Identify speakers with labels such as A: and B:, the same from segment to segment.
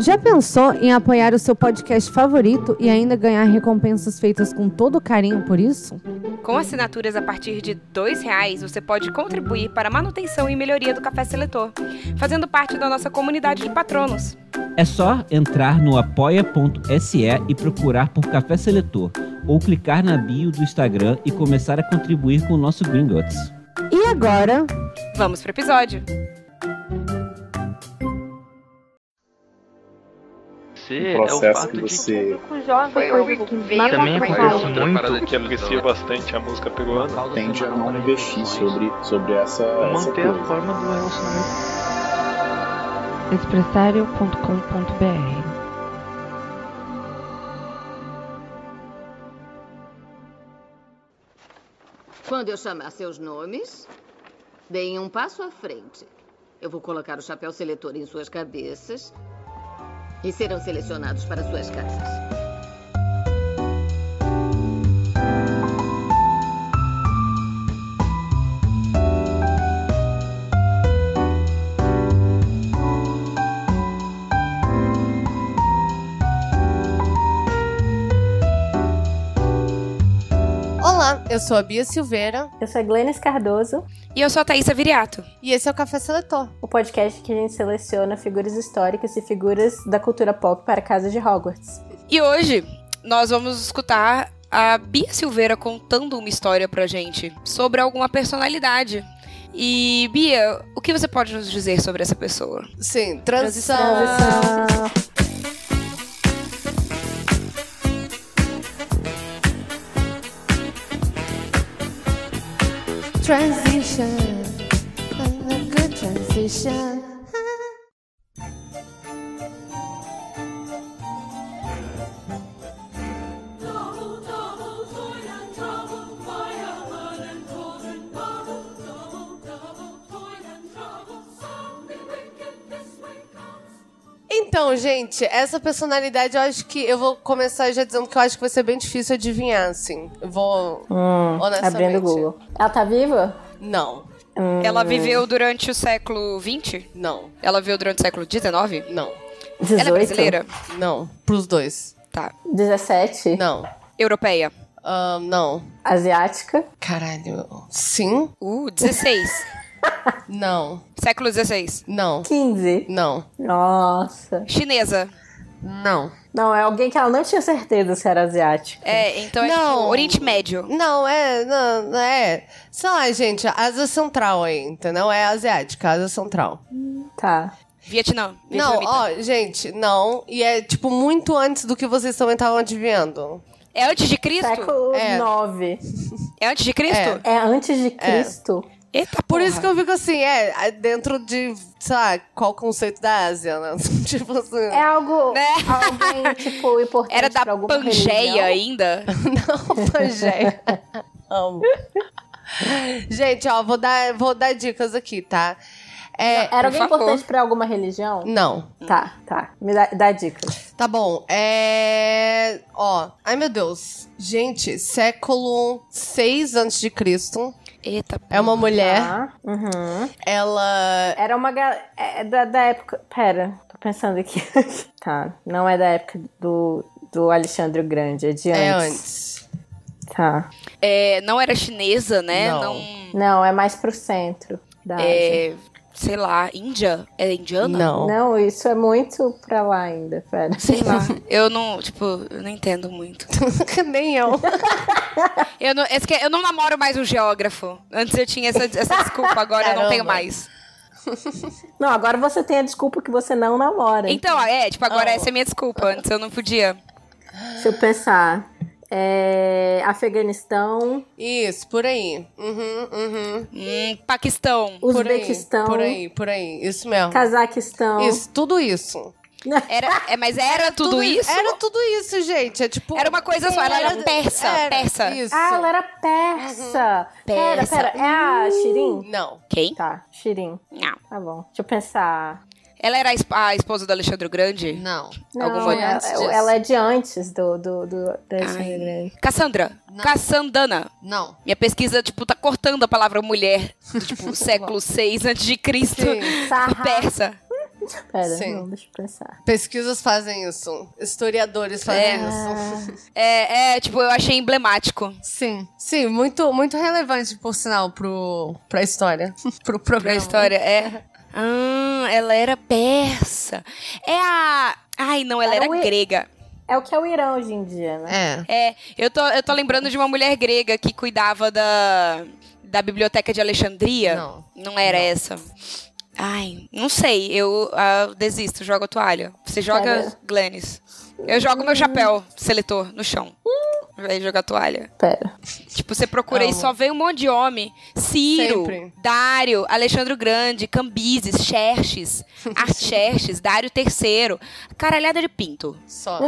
A: Já pensou em apoiar o seu podcast favorito e ainda ganhar recompensas feitas com todo carinho por isso?
B: Com assinaturas a partir de R$ 2,00, você pode contribuir para a manutenção e melhoria do Café Seletor, fazendo parte da nossa comunidade de patronos.
C: É só entrar no apoia.se e procurar por Café Seletor, ou clicar na bio do Instagram e começar a contribuir com o nosso Gringotts.
A: E agora,
B: Vamos pro episódio!
D: Você
E: O
D: é o
E: Um processo
D: fato
E: que
D: de que
E: você
F: Foi o que veio
D: também
F: pra
D: aconteceu
F: cá.
D: muito.
G: Outra parada que aprecia bastante a música peruana.
E: tende a não investir sobre, sobre essa, essa
D: manter a
E: coisa.
D: forma do relacionamento.
H: expressario.com.br
I: Quando eu chamar seus nomes, deem um passo à frente. Eu vou colocar o chapéu seletor em suas cabeças e serão selecionados para suas casas.
J: Olá, eu sou a Bia Silveira
K: Eu sou a Glennis Cardoso
B: E eu sou a Thaisa Viriato.
J: e esse é o Café Seletor.
K: o podcast que a gente seleciona figuras históricas e figuras da cultura pop para a casa de Hogwarts.
B: E hoje nós vamos escutar a Bia Silveira contando uma história pra gente sobre alguma personalidade. E Bia, o que você pode nos dizer sobre essa pessoa?
J: Sim, transição. Transition. A good transition. Então, gente, essa personalidade eu acho que eu vou começar já dizendo que eu acho que vai ser bem difícil adivinhar, assim. Eu vou.
K: Hum,
J: Honestamente.
K: abrindo o Google. Ela tá viva?
J: Não,
B: Ela viveu durante o século XX?
J: não,
B: Ela viveu durante o século XIX?
J: não,
K: 18?
B: Ela é brasileira?
J: não. Pros dois.
B: Tá.
K: 17?
J: Não.
B: Europeia?
J: Ahn, Ah, não.
K: Asiática?
J: Caralho. Sim?
B: Uh, 16.
J: Não.
B: século XVI.
J: Não.
K: 15?
J: Não.
K: Nossa.
B: Chinesa.
J: Não.
K: Não, é alguém que ela não tinha certeza se era asiática.
B: É, então é
J: Não.
B: tipo Oriente Médio.
J: Não, é. Não, é. Sei lá, gente, Ásia Central aí, entendeu? É asiática, Ásia Central.
K: Tá.
B: Vietnã.
J: Não,
B: Vietnamita.
J: ó, gente, não. E é, tipo, muito antes do que vocês também estavam adivinhando.
B: É antes de Cristo?
K: Século
J: É.
K: 9.
B: É antes de Cristo?
K: É antes de Cristo?
B: Eita
J: Por
B: porra.
J: isso que eu fico assim, é, é dentro de, sei lá, qual o conceito da Ásia, né? tipo assim.
K: É algo.
B: Né?
K: Alguém, tipo, importante
B: Era da
K: pra alguma
B: Pangeia
K: religião?
B: ainda?
J: Não, Pangeia. Amo. Gente, ó, vou dar, vou dar dicas aqui, tá? É,
K: Era alguém
B: favor.
K: importante pra alguma religião?
J: não.
K: Tá, tá. Me dá, dá dicas.
J: Tá bom. É. Ó. Ai, meu Deus. Gente, século 6 a.C.
B: Eita
J: É uma mulher.
K: Tá. Uhum.
J: Ela.
K: Era uma galera. É da, da época. Pera, tô pensando aqui. tá. Não é da época do, do Alexandre o Grande, é de
J: É
K: antes.
J: antes.
K: Tá.
B: É, não era chinesa, né?
J: Não. Ah,
K: Não, é mais pro centro da Ásia.
B: é, sei lá, Índia? É indiana?
J: Não.
K: Não, isso é muito pra lá ainda, pera.
B: Sei lá. Eu não, tipo, eu não entendo muito.
J: Nem eu.
B: Eu não, é que eu não namoro mais um geógrafo. Antes eu tinha essa, essa desculpa, agora eu não
J: Caramba.
B: tenho mais.
K: Não, agora você tem a desculpa que você não namora.
B: Então, é, tipo, agora
J: Oh.
B: essa é minha desculpa. Antes eu não podia.
K: Deixa eu pensar. É... Afeganistão,
J: Isso, por aí. Uhum, uhum.
B: Hum, Paquistão.
J: Por aí,
K: Uzbequistão,
J: Por aí, por aí. Isso mesmo.
K: Cazaquistão. Ah,
J: Isso, tudo isso.
B: Era, é, mas era tudo, isso?
J: Era tudo isso, gente. É tipo.
B: Era uma coisa só, ela era persa, persa.
J: Isso. Uhum.
K: Ah, ela era persa. Pera,
B: Persa.
K: pera. É a Shirin?
J: Não.
B: Quem?
K: Tá, Shirin.
B: Não.
K: Tá bom. Deixa eu pensar.
B: Ela era a esp- a esposa do Alexandre o Grande?
J: Não.
K: Não,
B: Alguma assim?
J: foi
K: ela,
J: antes disso.
K: ela é de antes do, do, do, da
B: Ai.
K: Shirin Grande.
B: Cassandra.
J: Não.
B: Cassandana.
J: Não.
B: Minha pesquisa, tipo, tá cortando a palavra mulher, tipo, século VI antes de Cristo,
J: Sim.
K: Sarra.
B: persa.
K: Pera,
J: Sim.
K: não, deixa eu pensar.
J: Pesquisas fazem isso. Historiadores fazem
B: É.
J: isso.
B: É, é, tipo, eu achei emblemático.
J: Sim. Sim, muito, muito relevante, por sinal, pro, pra história. pro
B: Pra
J: programa.
B: história, é. Ah, ela era persa. É a. Ai, não, ela
K: Era
B: era,
K: o i-
B: grega.
K: É o que é o Irã hoje em dia, né?
J: É.
B: É, eu tô, eu tô lembrando de uma mulher grega que cuidava da, da biblioteca de Alexandria.
J: Não.
B: Não era essa. Ai, não sei. Eu ah, desisto, jogo a toalha. Você joga,
K: Pera.
B: Glennis? Eu jogo meu
J: Hum.
B: chapéu seletor no chão. Vai jogar a toalha.
J: É.
K: Pera.
B: Tipo, você procura e
J: Amo.
B: só vem um monte de homem. Ciro,
J: Sempre.
B: Dário, Alexandre o Grande, Cambises, Xerxes, Arxerxes, Dário III. Caralhada de pinto.
J: Só.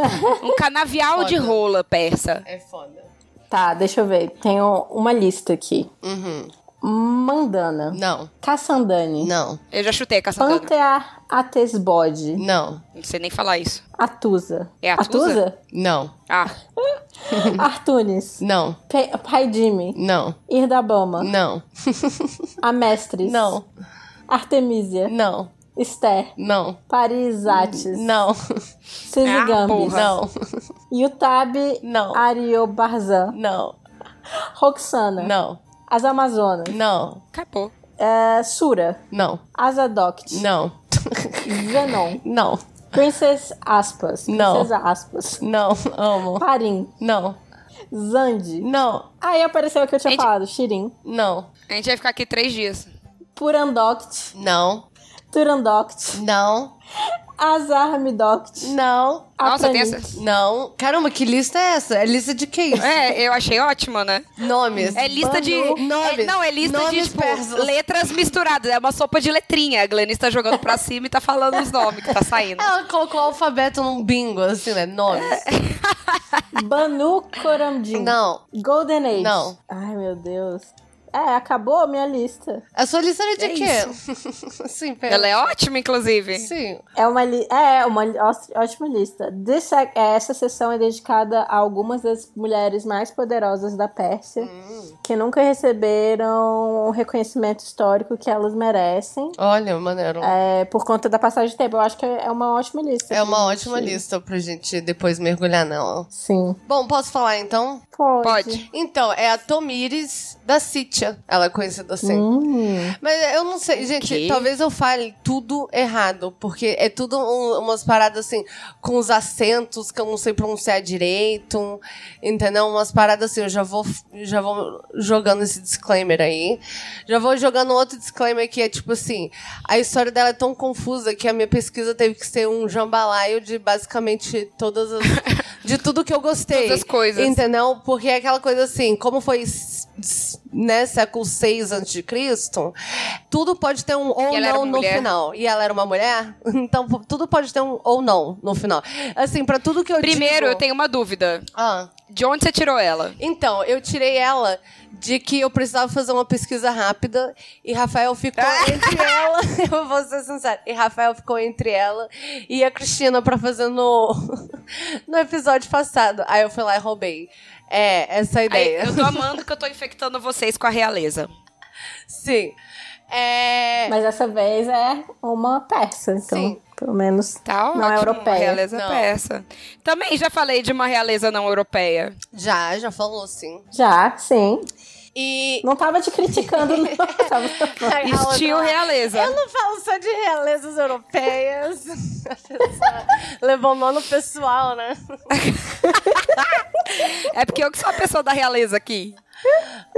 B: Um canavial de
J: Foda.
B: rola persa.
J: É foda.
K: Tá, deixa eu ver. Tenho uma lista aqui.
J: Uhum.
K: Mandana.
J: Não,
K: Cassandani.
J: não,
B: Eu já chutei a caçadora.
K: Pantea Atesbode.
J: não,
B: Não sei nem falar isso.
K: Atusa.
B: É Atusa?
J: não,
B: Ah,
K: Atusa? Artunes.
J: não,
K: Pe- Paidime.
J: não,
K: Irdabama.
J: não,
K: Amestris.
J: não,
K: Artemisia.
J: não,
K: Esther.
J: não,
K: Parisates.
J: não,
K: Sesugambis.
B: Ah,
J: não,
K: Yutabe.
J: Não.
K: Ariobarzan.
J: não,
K: Roxana.
J: não,
K: As Amazonas.
J: não,
B: acabou.
K: É, Sura.
J: não,
K: Azadoct.
J: não,
K: Zenon.
J: não,
K: Princess Aspas.
J: Não.
K: Princesa Aspas.
J: não, amo,
K: Parim.
J: não,
K: Zandi.
J: não,
K: Aí apareceu o que eu tinha
B: Gente-
K: falado. Shirin.
J: não,
B: A gente vai ficar aqui três dias.
K: Purandoct.
J: não,
K: Turandoct.
J: não,
K: Azarmidoct.
J: não,
B: Nossa, tem
K: Atranik.
B: essa.
J: não. Caramba, que lista é essa? É lista de que isso?
B: É, eu achei ótima, né?
J: Nomes.
B: É lista de.
J: Nomes.
B: é- não, é lista
J: Nomes
B: de tipo,
J: persas.
B: letras misturadas. É uma sopa de letrinha. A Glennis tá jogando pra cima e tá falando os nomes que tá saindo.
J: Ela colocou o alfabeto num bingo, assim, né? Nomes.
B: É.
K: Banu Coramdin.
J: Não.
K: Golden Age.
J: Não.
K: Ai, meu Deus. É, acabou a minha lista.
J: A sua lista era de
B: É
J: quê? Sim, pera.
B: Ela é ótima, inclusive.
J: Sim.
K: É uma, li- é, uma li- ós- ótima lista. This sec- é, essa sessão é dedicada a algumas das mulheres mais poderosas da Pérsia
J: Hum.
K: que nunca receberam o reconhecimento histórico que elas merecem
J: Olha, maneiro. É,
K: é, por conta da passagem de tempo. Eu acho que é uma ótima lista.
J: uma
K: gente.
J: ótima lista pra gente depois mergulhar nela.
K: Sim.
J: Bom, posso falar então?
K: Pode.
B: Pode.
J: Então, é a Tomires da Sítia. Ela é conhecida assim.
K: Hum.
J: Mas eu não sei, gente,
B: quê?
J: talvez eu fale tudo errado, porque é tudo um- umas paradas assim, com os acentos que eu não sei pronunciar direito, entendeu? Umas paradas assim, eu já vou, já vou jogando esse disclaimer aí. Já vou jogando outro disclaimer que é tipo assim, a história dela é tão confusa que a minha pesquisa teve que ser um jambalaio de basicamente todas as. de tudo que eu gostei.
B: Todas as coisas.
J: Entendeu? Porque é aquela coisa assim, como foi s- s- né, século 6 a.C., tudo pode ter um ou
B: E ela era
J: não
B: uma
J: no
B: mulher.
J: final. E ela era uma mulher? Então pô, tudo pode ter um ou não no final. Assim, pra tudo que eu
B: Primeiro,
J: digo-
B: eu tenho uma dúvida.
J: Ah.
B: De onde você tirou ela?
J: Então, eu tirei ela de que eu precisava fazer uma pesquisa rápida e Rafael ficou entre ela. Eu vou ser sincera. E Rafael ficou entre ela e a Cristina pra fazer no, no episódio passado. Aí eu fui lá e roubei. É, essa é a
B: Aí,
J: ideia.
B: eu tô amando que eu tô infectando vocês com a realeza.
J: Sim. É.
K: Mas dessa vez é uma persa, então.
J: Sim.
K: Pelo menos.
B: Tá
K: Não é
B: ótimo,
K: europeia.
B: Uma realeza
J: Não.
B: persa. Também já falei de uma realeza não europeia.
J: Já, já falou sim.
K: Já, sim.
J: E.
K: Não tava te criticando, não. Tava só falando.
B: Estilo realeza.
J: é- Eu não falo só de realezas europeias. A pessoa Levou mão no pessoal, né?
B: É porque eu que sou a pessoa da realeza aqui.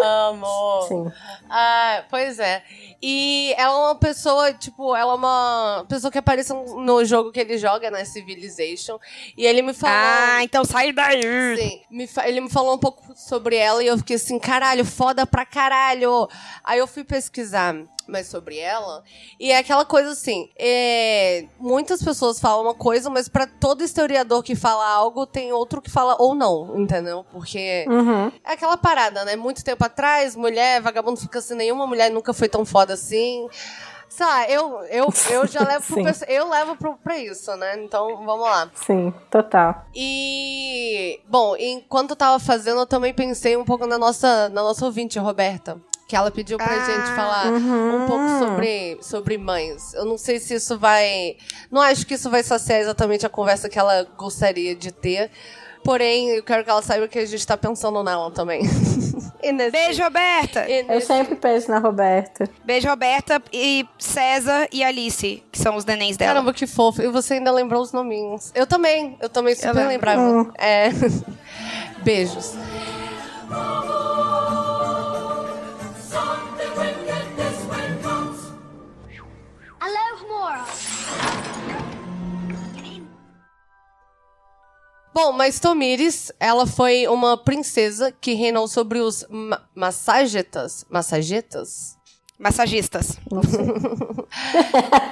J: Amor.
K: Sim.
J: Ah, pois é. E ela é uma pessoa, tipo, ela é uma pessoa que aparece no jogo que ele joga, né? Civilization. E ele me falou.
B: Ah, então sai daí.
J: Sim, me fa- ele me falou um pouco sobre ela e eu fiquei assim, caralho, foda pra caralho. Aí eu fui pesquisar mais sobre ela e é aquela coisa assim, é, muitas pessoas falam uma coisa, mas pra todo historiador que fala algo, tem outro que fala ou não, entendeu? Porque
K: Uhum.
J: é aquela parada, né? Muito tempo atrás, mulher, vagabundo fica assim, nenhuma mulher nunca foi tão foda assim. Sei lá, eu, eu, eu já levo pro
K: Sim.
J: pessoa- eu levo pro, pra isso, né? Então, vamos lá.
K: Sim, total.
J: E, bom, enquanto eu tava fazendo, eu também pensei um pouco na nossa, na nossa ouvinte, Roberta. que ela pediu pra
I: Ah,
J: gente falar
I: uhum.
J: um pouco sobre, sobre mães. Eu não sei se isso vai. Não acho que isso vai saciar exatamente a conversa que ela gostaria de ter. Porém, eu quero que ela saiba que a gente tá pensando nela também.
B: Beijo, Roberta!
K: Eu sempre penso na Roberta.
B: Beijo, Roberta e César e Alice, que são os nenéns dela.
J: Caramba, que fofo. E você ainda lembrou os nominhos. Eu também. Eu também super
B: lembro.
J: lembrava.
B: Hum.
J: É. Beijos.
F: Hello, Mora.
J: Bom, mas Tomires, ela foi uma princesa que reinou sobre os ma massagetas. Massagetas?
B: Massagistas.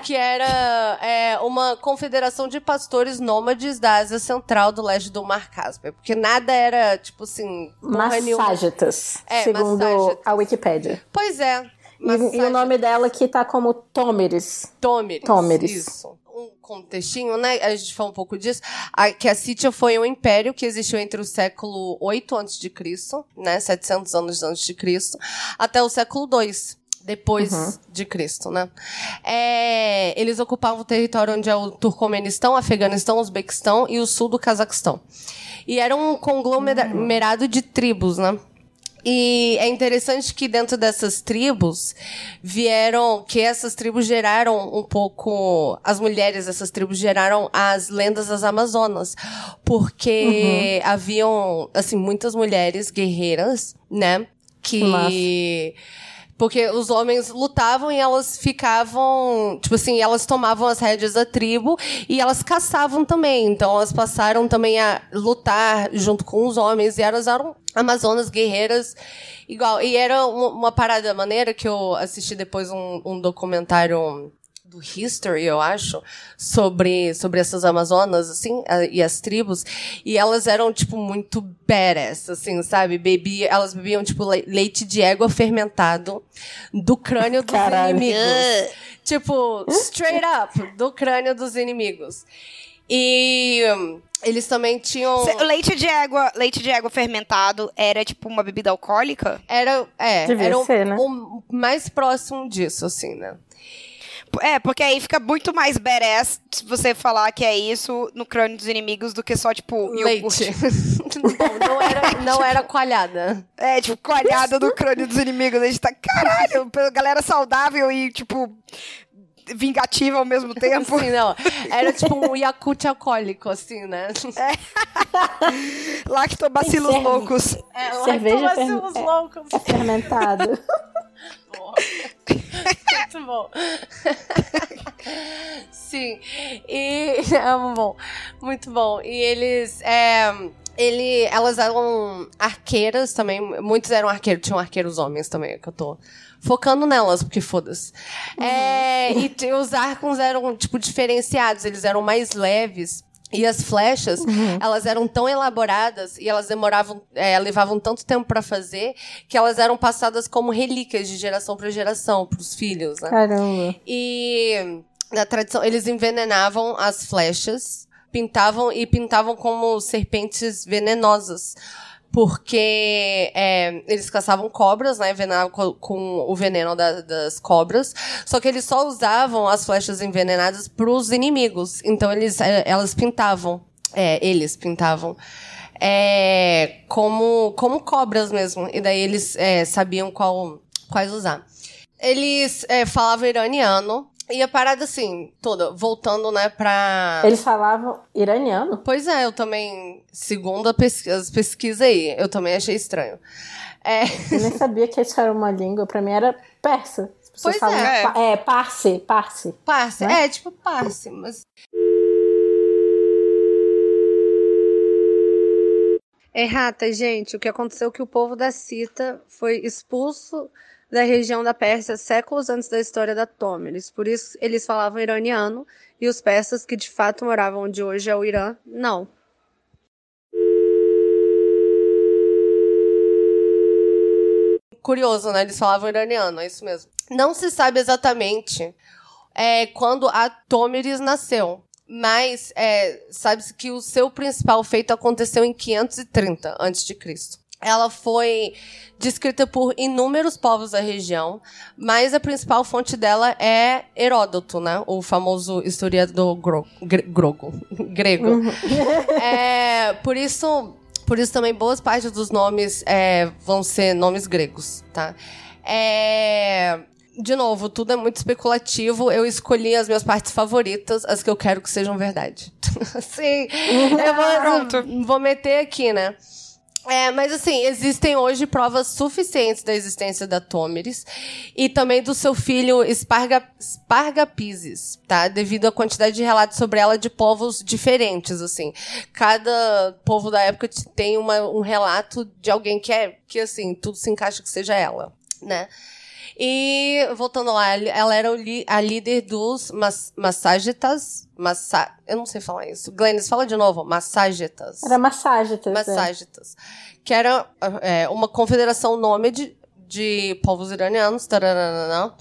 J: que era é, uma confederação de pastores nômades da Ásia Central do leste do Mar Cáspio. Porque nada era, tipo assim. porra nenhuma.
K: Massagetas,
J: É,
K: segundo
J: Massagetas.
K: a Wikipédia.
J: Pois é.
K: E, e o nome dela que tá como Tômeres.
J: Tômeres.
K: Tômeres.
J: Isso. Um contextinho, né? A gente falou um pouco disso. A- que a Sítia foi um império que existiu entre o século 8 a.C., né? 700 anos antes de Cristo, até o século 2 depois
K: Uhum.
J: de Cristo, né? É, eles ocupavam o território onde é o Turcomenistão, Afeganistão, Uzbequistão e o sul do Cazaquistão. E era um
K: Uhum.
J: conglomerado de tribos, né? E é interessante que dentro dessas tribos vieram, que essas tribos geraram um pouco, as mulheres dessas tribos geraram as lendas das Amazonas, porque haviam, assim, muitas mulheres guerreiras, né? Que. Porque os homens lutavam e elas ficavam. Tipo assim, elas tomavam as rédeas da tribo e elas caçavam também. Então elas passaram também a lutar junto com os homens e elas eram amazonas guerreiras igual. E era um- uma parada maneira que eu assisti depois um, um documentário do History, eu acho, sobre, sobre essas Amazonas, assim, a- e as tribos, e elas eram, tipo, muito badass, assim, sabe? Bebia, elas bebiam, tipo, le- leite de égua fermentado do crânio dos
K: Caralho. Hum?
J: inimigos. tipo, straight up, do crânio dos inimigos. E hum, eles também tinham...
B: Cê- Leite de égua, leite de égua fermentado era tipo uma bebida alcoólica?
J: Era, é,
K: Devia
J: era o-
K: ser, né?
J: o mais próximo disso, assim, né?
B: P- É, porque aí fica muito mais badass se você falar que é isso no crânio dos inimigos do que só, tipo,
J: Leite.
B: iogurte.
J: não, não era, não era coalhada.
B: É, tipo, coalhada no crânio dos inimigos. A gente tá, caralho, pela galera saudável e, tipo, vingativa ao mesmo tempo.
J: Assim, não. Era tipo um Yakult alcoólico, assim, né?
K: É,
B: Lactobacilos
K: Tem que ser.
B: loucos.
J: É,
K: Cerveja
J: lactobacilos
K: ferm- é.
J: loucos. assim,
K: É fermentado.
J: Muito bom. Sim. E amo bom. Muito bom. E eles. é, ele, elas eram arqueiras também. Muitos eram arqueiros. Tinham arqueiros homens também, que eu tô focando nelas, porque foda-se.
K: Uhum.
J: É, e t- os arcos eram, tipo, diferenciados. Eles eram mais leves. E as flechas, elas eram tão elaboradas e elas demoravam, é, levavam tanto tempo pra fazer que elas eram passadas como relíquias de geração pra geração pros filhos, né?
K: Caramba.
J: E na tradição, eles envenenavam as flechas, pintavam e pintavam como serpentes venenosas. Porque é, eles caçavam cobras, né? Envenenavam co- com, o veneno da- das cobras. Só que eles só usavam as flechas envenenadas pros inimigos. Então eles, é, elas pintavam. É, eles pintavam. É, como, como cobras mesmo. E daí eles é, sabiam qual, quais usar. Eles é, falavam iraniano. E a parada, assim, toda, voltando, né, pra.
K: Eles falavam iraniano?
J: Pois é, eu também, segundo a pesquisa, as pesquisas aí, eu também achei estranho. É,
K: Eu nem sabia que essa era uma língua. Pra mim era persa. As pessoas
J: Pois
K: falam
B: é.
K: pa- é, parse, parse.
J: parce,
K: Né?
J: é, tipo parce, mas.
L: Errata, É, gente, o que aconteceu é que o povo da Cita foi expulso da região da Pérsia séculos antes da história da Tômeris. Por isso eles falavam iraniano e os persas que de fato moravam onde hoje é o Irã, não.
J: Curioso, né? Eles falavam iraniano, é isso mesmo. Não se sabe exatamente é, quando a Tômeris nasceu. Mas é, sabe-se que o seu principal feito aconteceu em 530 a.C. Ela foi descrita por inúmeros povos da região, mas a principal fonte dela é Heródoto, né? O famoso historiador gro gre- grogo- grego. É, por isso, por isso também boas partes dos nomes é, vão ser nomes gregos, tá? É, de novo, tudo é muito especulativo. Eu escolhi as minhas partes favoritas, as que eu quero que sejam verdade. Sim, eu vou, vou meter aqui, né? É, mas assim, existem hoje provas suficientes da existência da Tômeres e também do seu filho Sparga, Spargapizes, tá? Devido à quantidade de relatos sobre ela de povos diferentes, assim. Cada povo da época te- tem uma- um relato de alguém que é, que assim, tudo se encaixa que seja ela, né? E, voltando lá, ela era o li- a líder dos mas, massagetas. Massa, eu não sei falar isso. Glennis, fala de novo. Massagetas.
K: Era é. massagitas.
J: Massagitas. Que era é, uma confederação nômade de povos iranianos. Taranana.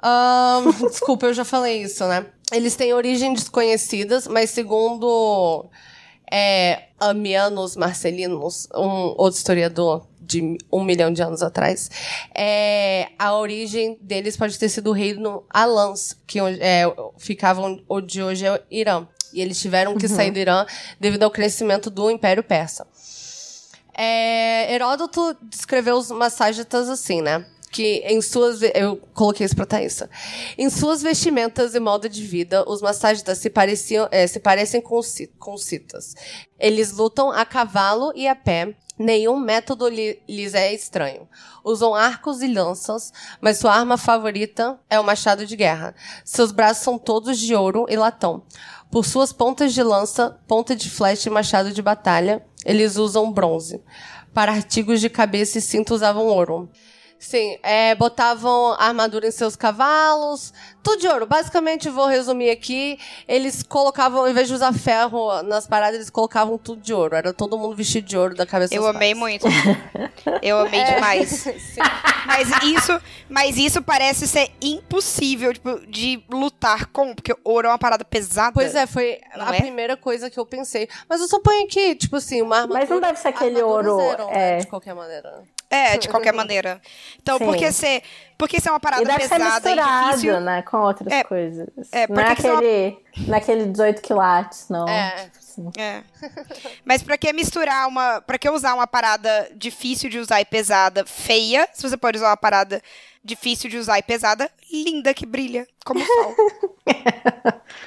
J: Ahn, desculpa, eu já falei isso, né? Eles têm origem desconhecidas, mas segundo é, Amianos Marcelinos, um outro historiador de um milhão de anos atrás, é, a origem deles pode ter sido o reino Alans, que hoje- é, ficavam onde hoje é o Irã. E eles tiveram que
K: Uhum.
J: sair do Irã devido ao crescimento do Império Persa. É, Heródoto descreveu os massagitas assim, né? Que em suas. ve- Eu coloquei isso pra Thaísa. Em suas vestimentas e modo de vida, os massagitas se, pareciam, é, se parecem com, os ci- com os citas. Eles lutam a cavalo e a pé. Nenhum método li- lhes é estranho. Usam arcos e lanças, mas sua arma favorita é o machado de guerra. Seus braços são todos de ouro e latão. Por suas pontas de lança, ponta de flecha e machado de batalha, eles usam bronze. Para artigos de cabeça e cinto usavam ouro. Sim, é, botavam armadura em seus cavalos, tudo de ouro. Basicamente, vou resumir aqui, eles colocavam, em vez de usar ferro nas paradas, eles colocavam tudo de ouro. Era todo mundo vestido de ouro da cabeça
B: Eu
J: aos
B: amei muito. Eu amei
J: É.
B: demais. Mas isso, mas isso parece ser impossível tipo, de lutar com, porque ouro é uma parada pesada.
J: Pois é, foi
B: Não
J: a
B: é?
J: primeira coisa que eu pensei. Mas eu só ponho aqui, tipo assim, uma armadura.
K: Mas é não deve ser aquele ouro.
J: armaduras eram, né,
K: é.
J: De qualquer maneira.
B: É, de qualquer maneira. Então,
K: Sim.
B: porque ser, porque ser uma parada
K: E deve ser
B: pesada e
K: misturado,
B: difícil.
K: né? Com outras coisas.
B: é,
K: não
B: por
K: é
B: que que são-
K: aquele, naquele 18 quilates, não.
B: É.
K: Assim.
B: É. Mas pra que misturar uma. Pra que usar uma parada difícil de usar e pesada, feia, se você pode usar uma parada difícil de usar e pesada, linda que brilha, como o sol.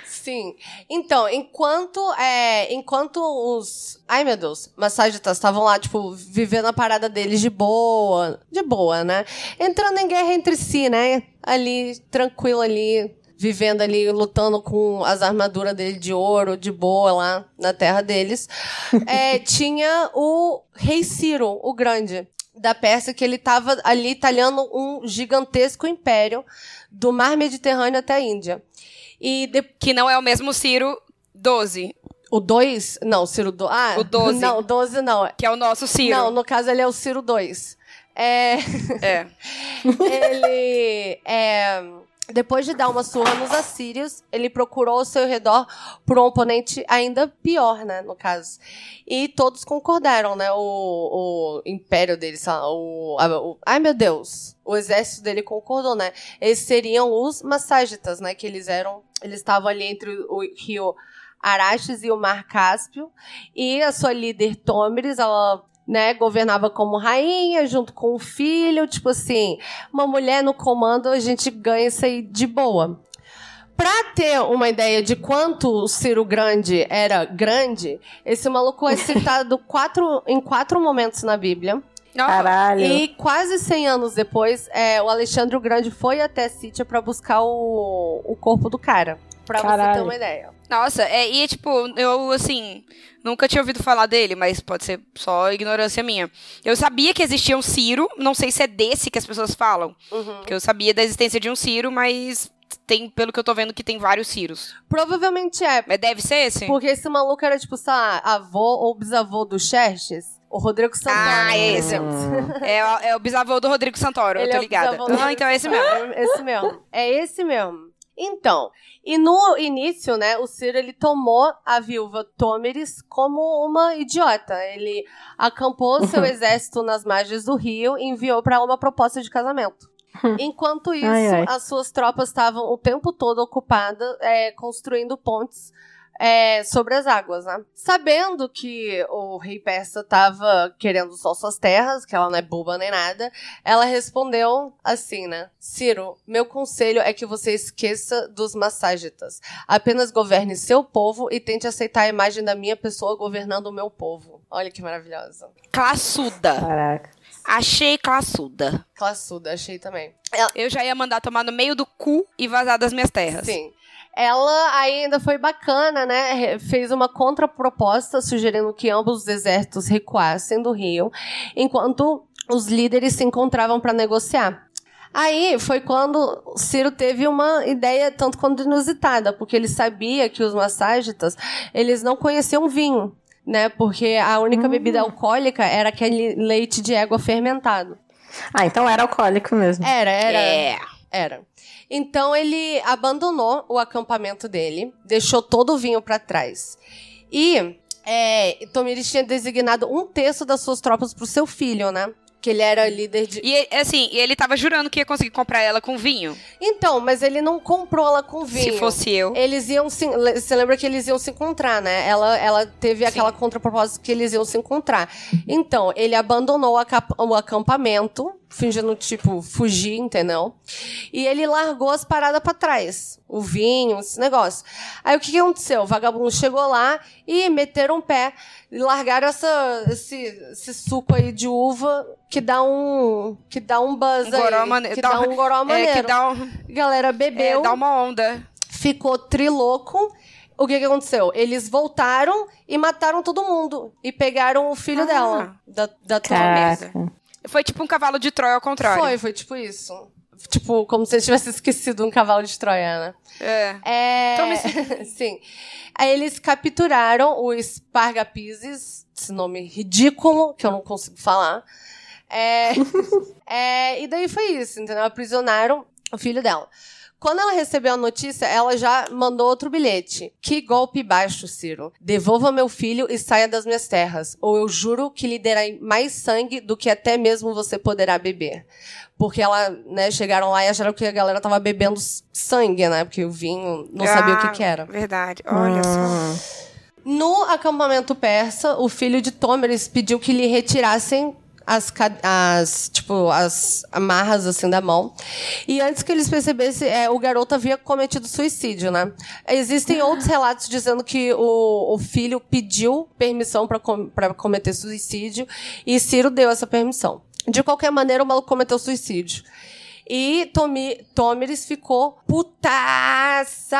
J: Sim. Então, enquanto é, enquanto os, ai meu Deus, massagitas estavam lá, tipo, vivendo a parada deles de boa, de boa, né? Entrando em guerra entre si, né? Ali tranquilo ali, vivendo ali, lutando com as armaduras dele de ouro, de boa lá na terra deles. É, tinha o rei Ciro, o grande da Pérsia, que ele tava ali talhando um gigantesco império do mar Mediterrâneo até a Índia. E
B: Que não é o mesmo Ciro 12.
J: O 2? Não, o Ciro 2. Ah,
B: O 12.
J: Não, o 12 não.
B: Que é o nosso Ciro.
J: Não, no caso ele é o Ciro 2. É.
B: É.
J: ele. É. Depois de dar uma surra nos assírios, ele procurou ao seu redor por um oponente ainda pior, né, no caso. E todos concordaram, né, o, o império dele, sei lá, o, a- o- Ai, meu Deus! O exército dele concordou, né? Eles seriam os massagitas, né, que eles eram... Eles estavam ali entre o rio Araxes e o mar Cáspio. E a sua líder Tômeres, ela né, governava como rainha, junto com o filho, tipo assim, uma mulher no comando, a gente ganha isso aí de boa. Pra ter uma ideia de quanto o Ciro Grande era grande, esse maluco é citado quatro, em quatro momentos na Bíblia.
K: Caralho.
J: E quase 100 anos depois, é, o Alexandre o Grande foi até Sítia pra buscar o, o corpo do cara. Pra você ter
B: Caralho.
J: uma ideia.
B: Nossa, é, e é tipo, eu assim, nunca tinha ouvido falar dele, mas pode ser só ignorância minha. Eu sabia que existia um Ciro, não sei se é desse que as pessoas falam.
J: Uhum.
B: Porque eu sabia da existência de um Ciro, mas tem, pelo que eu tô vendo, que tem vários Ciros.
J: Provavelmente é.
B: Mas deve ser esse?
J: Porque esse maluco era, tipo, sei lá, avô ou bisavô do Xerxes. O Rodrigo Santana.
B: Ah, é esse. É, o- é o bisavô do Rodrigo Santoro, eu tô ligada.
J: É o bisavô do
B: Ah, então é esse mesmo.
J: Esse mesmo. É esse mesmo. Então, e no início, né, o Ciro ele tomou a viúva Tômeres como uma idiota. Ele acampou
K: Uhum.
J: seu exército nas margens do rio e enviou para uma proposta de casamento. Enquanto isso,
K: Hum. Ai, ai.
J: as suas tropas estavam o tempo todo ocupadas é, construindo pontes é, sobre as águas, né? Sabendo que o rei persa estava querendo só suas terras, que ela não é boba nem nada, ela respondeu assim, né? Ciro, meu conselho é que você esqueça dos masságitas. Apenas governe seu povo e tente aceitar a imagem da minha pessoa governando o meu povo. Olha que maravilhosa.
B: Classuda. Caraca. Achei classuda.
J: Classuda, achei também.
B: Eu já ia mandar tomar no meio do cu e vazar das minhas terras.
J: Sim. Ela aí ainda foi bacana, né? Re- Fez uma contraproposta sugerindo que ambos os exércitos recuassem do rio, enquanto os líderes se encontravam para negociar. Aí foi quando o Ciro teve uma ideia tanto quanto inusitada, porque ele sabia que os masságitas, eles não conheciam vinho, né? Porque a única bebida alcoólica era aquele leite de égua fermentado.
M: Ah, então era alcoólico mesmo.
J: Era, era.
M: É.
J: Era. Então ele abandonou o acampamento dele, deixou todo o vinho pra trás. E é, Tomiris tinha designado um terço das suas tropas pro seu filho, né? Que ele era líder de.
B: E assim, e ele tava jurando que ia conseguir comprar ela com vinho.
J: Então, mas ele não comprou ela com
B: Se
J: vinho.
B: fosse eu.
J: Eles iam se. le- Você lembra que eles iam se encontrar, né? Ela, ela teve aquela contraproposta que eles iam se encontrar. Então, ele abandonou o acap- o acampamento, fingindo, tipo, fugir, entendeu? E ele largou as paradas pra trás. O vinho, esse negócio. Aí o que, que aconteceu? O vagabundo chegou lá e meteram o pé. E largaram essa, esse, esse suco aí de uva que dá um. que dá um buzz
B: Um
J: aí.
B: goró mane-
J: Que
B: dá
J: dá,
B: um-
J: um goró
B: é, que
J: maneiro.
B: dá
J: Galera bebeu.
B: É, dá uma onda.
J: Ficou triloco. O que, que aconteceu? Eles voltaram e mataram todo mundo. E pegaram o filho dela. Da, da
B: Caraca.
J: tormenta.
B: Foi tipo um cavalo de Troia ao contrário.
J: Foi, foi tipo isso. Tipo, como se eles tivessem esquecido um cavalo de Troia, né?
B: É.
J: É. Sim. Aí eles capturaram o Spargapizes, esse nome ridículo, que eu não consigo falar. É, é, e daí foi isso, entendeu? Aprisionaram o filho dela. Quando ela recebeu a notícia, ela já mandou outro bilhete. Que golpe baixo, Ciro. Devolva meu filho e saia das minhas terras, ou eu juro que lhe derei mais sangue do que até mesmo você poderá beber. Porque ela, né, chegaram lá e acharam que a galera tava bebendo s- sangue, né? Porque o vinho não sabia o que
B: Ah,
J: que era.
B: Verdade. Olha
J: Hum.
B: só.
J: No acampamento persa, o filho de Tômeres pediu que lhe retirassem as, ca- as, tipo, as amarras, assim, da mão. E antes que eles percebessem, é, o garoto havia cometido suicídio, né? Existem outros relatos dizendo que o, o filho pediu permissão para com, pra cometer suicídio e Ciro deu essa permissão. De qualquer maneira, o maluco cometeu suicídio. E Tomi, Tomiris ficou putaça!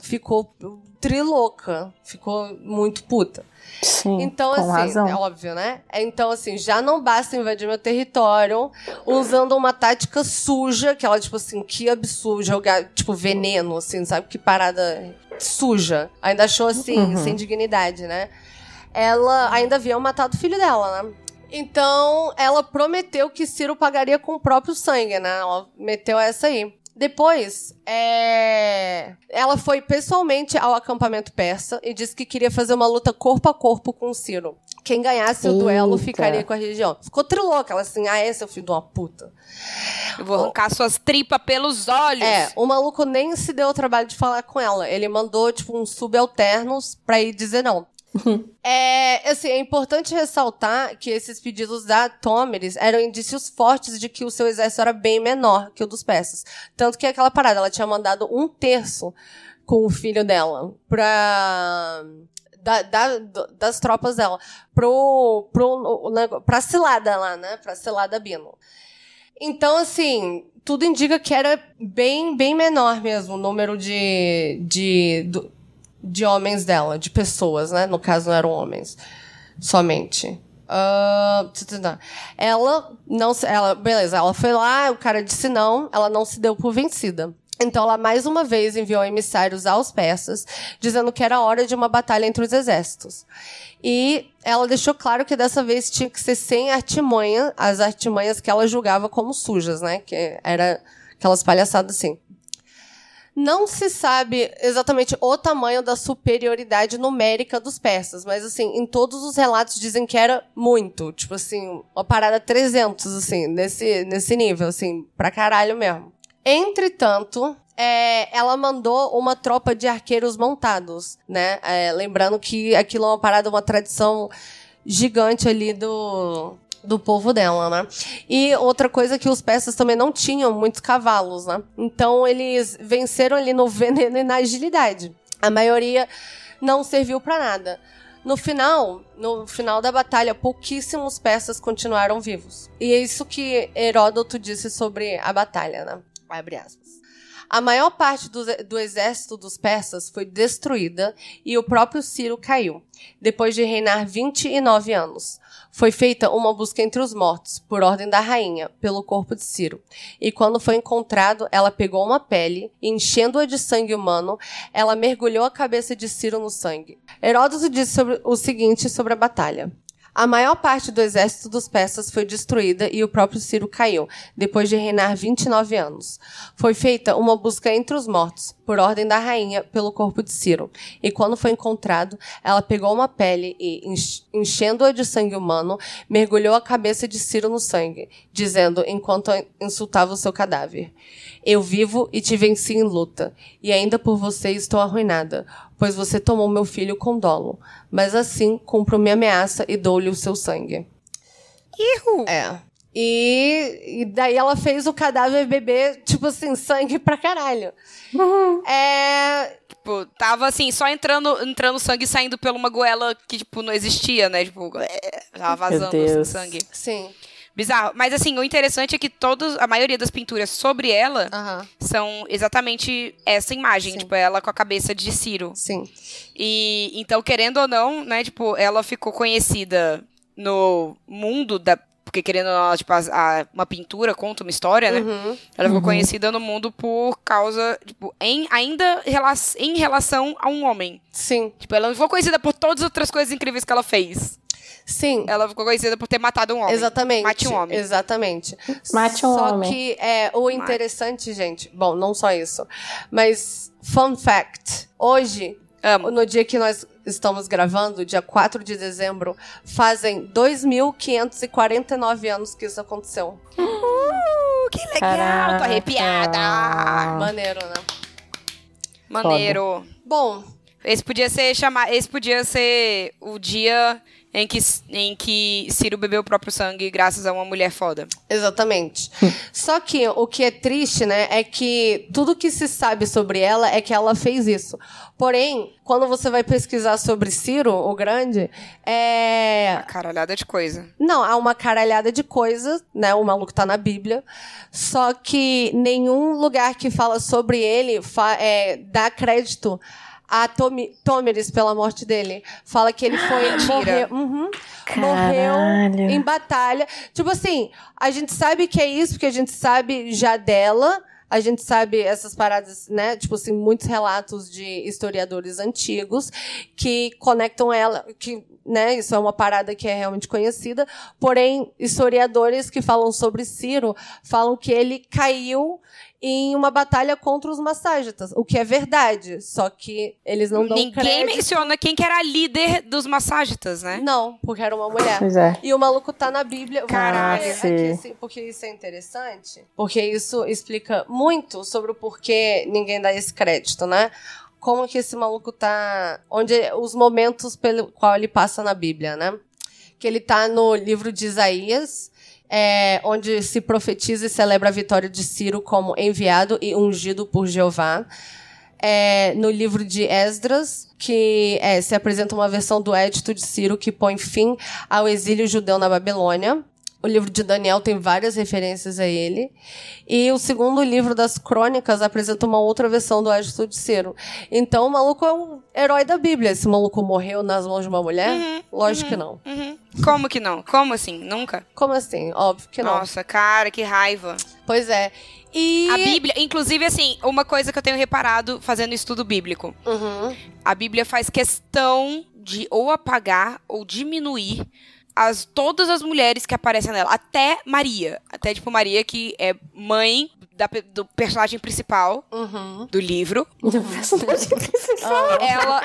J: Ficou trilouca. Ficou muito puta.
M: Sim,
J: então,
M: com
J: assim,
M: razão.
J: é óbvio, né? Então, assim, já não basta invadir meu território usando uma tática suja, que ela, tipo assim, que absurdo, jogar, tipo, veneno, assim, sabe? Que parada suja. Ainda achou, assim,
M: Uhum.
J: sem dignidade, né? Ela ainda havia matado o filho dela, né? Então, ela prometeu que Ciro pagaria com o próprio sangue, né? Ela meteu essa aí. Depois, é... ela foi pessoalmente ao acampamento persa e disse que queria fazer uma luta corpo a corpo com Ciro. Quem ganhasse o duelo
B: Eita.
J: ficaria com a região. Ficou trilouca, ela assim, ah, é, seu filho de uma puta.
B: Eu vou arrancar suas tripas pelos olhos.
J: É, o maluco nem se deu o trabalho de falar com ela. Ele mandou, tipo, uns subalternos pra ir dizer não. É, assim, é importante ressaltar que esses pedidos da Tômeres eram indícios fortes de que o seu exército era bem menor que o dos persas. Tanto que aquela parada, ela tinha mandado um terço com o filho dela pra... da- da- das tropas dela pro, pro, o nego- pra cilada lá, né? Pra cilada Bino. Então, assim, tudo indica que era bem, bem menor mesmo o número de, de, do- de homens dela, de pessoas, né? No caso, não eram homens somente. Ah, tã, tã, tã. ela não se- ela beleza ela foi lá o cara disse não ela não se deu por vencida então ela mais uma vez enviou emissários aos persas dizendo que era hora de uma batalha entre os exércitos e ela deixou claro que dessa vez tinha que ser sem artimanha as artimanhas que ela julgava como sujas né que era aquelas palhaçadas assim Não se sabe exatamente o tamanho da superioridade numérica dos persas, mas assim, em todos os relatos dizem que era muito, tipo assim, uma parada 300 assim, nesse nesse nível assim, pra caralho mesmo. Entretanto, é, ela mandou uma tropa de arqueiros montados, né? É, lembrando que aquilo é uma parada, uma tradição gigante ali do, do povo dela, né? E outra coisa é que os persas também não tinham muitos cavalos, né? Então eles venceram ali no veneno e na agilidade. A maioria não serviu pra nada. No final, no final da batalha, pouquíssimos persas continuaram vivos. E é isso que Heródoto disse sobre a batalha, né? Abre aspas. A maior parte do, do exército dos persas foi destruída e o próprio Ciro caiu, depois de reinar 29 anos. Foi feita uma busca entre os mortos, por ordem da rainha, pelo corpo de Ciro. E quando foi encontrado, ela pegou uma pele e, enchendo-a de sangue humano, ela mergulhou a cabeça de Ciro no sangue. Heródoto disse sobre- o seguinte sobre a batalha. A maior parte do exército dos persas foi destruída e o próprio Ciro caiu, depois de reinar 29 anos. Foi feita uma busca entre os mortos, por ordem da rainha, pelo corpo de Ciro. E quando foi encontrado, ela pegou uma pele e, ench- enchendo-a de sangue humano, mergulhou a cabeça de Ciro no sangue, dizendo, enquanto insultava o seu cadáver: Eu vivo e te venci em luta, e ainda por você estou arruinada, pois você tomou meu filho com dolo. Mas assim, cumpro minha ameaça e dou-lhe o seu sangue.
B: Ihu!
J: É. E, e daí ela fez o cadáver beber, tipo assim, sangue pra caralho. É.
B: Tipo, tava assim, só entrando, entrando sangue e saindo pela uma goela que, tipo, não existia, né? Tipo, é, tava vazando
J: Meu Deus.
B: sangue.
J: Sim.
B: Bizarro. Mas assim, o interessante é que todos, a maioria das pinturas sobre ela são exatamente essa imagem, tipo, ela com a cabeça de Ciro.
J: Sim.
B: E então, querendo ou não, né, tipo, ela ficou conhecida no mundo da. Porque querendo ou não, ela, tipo, as- a- uma pintura conta uma história, né?
J: Uhum.
B: Ela ficou
J: Uhum.
B: conhecida no mundo por causa, tipo, em, ainda rela- em relação a um homem.
J: Sim.
B: Tipo, ela não ficou conhecida por todas as outras coisas incríveis que ela fez.
J: Sim.
B: Ela ficou conhecida por ter matado um É homem.
J: Exatamente.
B: Mate um homem.
J: Exatamente.
K: Mate um
J: Só
K: homem.
J: que é, o interessante, gente. Bom, não só isso. Mas, fun fact: hoje, no dia que nós estamos gravando, dia 4 de dezembro, fazem 2.549 anos que isso aconteceu.
B: Uh, que legal! Tô arrepiada!
J: Maneiro, né?
B: Maneiro.
J: Bom.
B: Esse podia ser chamar, esse podia ser o dia em que em que Ciro bebeu o próprio sangue graças a uma mulher foda.
J: Exatamente. Só que o que é triste, né, é que tudo que se sabe sobre ela é que ela fez isso. Porém, quando você vai pesquisar sobre Ciro, o Grande, é.
B: Caralhada de coisa.
J: Não, há uma caralhada de coisas, né? O maluco tá na Bíblia. Só que nenhum lugar que fala sobre ele fa- é, dá crédito a Tomi- Tômeres pela morte dele. Fala que ele foi.
B: Mentira.
J: morreu- Uhum. morreu
K: É.
J: em batalha. Tipo assim, a gente sabe que é isso, porque a gente sabe já dela. A gente sabe essas paradas, né? Tipo assim, muitos relatos de historiadores antigos que conectam ela, que, né? Isso é uma parada que é realmente conhecida. Porém, historiadores que falam sobre Ciro falam que ele caiu em uma batalha contra os masságetas, o que é verdade. Só que eles não dão
B: Ninguém
J: crédito.
B: menciona quem que era a líder dos massagitas, né?
J: Não, porque era uma mulher.
K: Pois é.
J: E o maluco tá na Bíblia.
B: Caralho.
J: Vou ler Aqui, assim, porque isso é interessante. Porque isso explica muito sobre o porquê ninguém dá esse crédito, né? Como que esse maluco tá. Onde os momentos pelo qual ele passa na Bíblia, né? Que ele tá no livro de Isaías. é, onde se profetiza e celebra a vitória de Ciro como enviado e ungido por Jeová é, no livro de Esdras, que é, se apresenta uma versão do Édito de Ciro que põe fim ao exílio judeu na Babilônia. O livro de Daniel tem várias referências a ele. E o segundo livro das crônicas apresenta uma outra versão do Édito de Ciro. Então o maluco é um herói da Bíblia. Esse maluco morreu nas mãos de uma mulher? Lógico que não.
B: Uhum. Como que não? Como assim? Nunca?
J: Como assim? Óbvio que não.
B: Nossa, cara, que raiva.
J: Pois é. E
B: A Bíblia, inclusive, assim, uma coisa que eu tenho reparado fazendo estudo bíblico.
J: Uhum,
B: A Bíblia faz questão de ou apagar ou diminuir as todas as mulheres que aparecem nela, até Maria, até tipo Maria que é mãe da pe- do personagem principal
J: uhum.
B: do livro.
M: Do personagem principal.
B: Ela,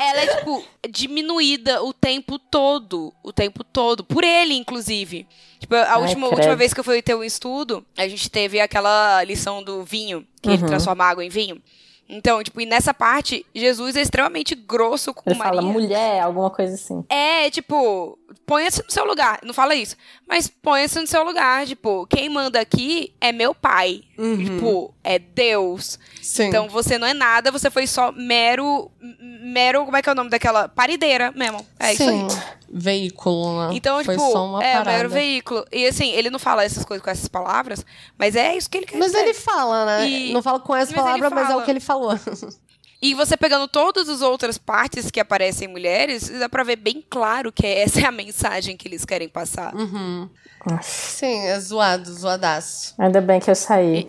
B: ela é, tipo, diminuída o tempo todo. O tempo todo. Por ele, inclusive. Tipo, a
M: Ai,
B: última,
M: credo.
B: última vez que eu fui ter um estudo, a gente teve aquela lição do vinho, que ele
M: Uhum.
B: transforma água em vinho. Então, tipo, e nessa parte, Jesus é extremamente grosso com
K: Ele
B: Maria.
K: fala mulher, alguma coisa assim.
B: É, tipo, ponha-se no seu lugar. Não fala isso. Mas ponha-se no seu lugar. Tipo, quem manda aqui é meu pai. Tipo, é Deus.
J: Uhum. Sim.
B: Então você não é nada, você foi só mero. m- Mero. Como é que é o nome daquela? Parideira mesmo. É isso aí.
J: Sim. Veículo, né?
B: Então,
J: Foi
B: tipo,
J: só uma
B: é o
J: parada.
B: mero veículo. E assim, ele não fala essas coisas com essas palavras, mas é isso que ele quer
J: Mas
B: dizer.
J: ele fala, né?
B: E-
J: Não fala com essa
B: Mas ele
J: palavra, mas é o
B: fala.
J: que ele falou.
B: E você pegando todas as outras partes que aparecem em mulheres, dá pra ver bem claro que essa é a mensagem que eles querem passar.
J: Uhum. Sim, é zoado, zoadaço.
K: Ainda bem que eu saí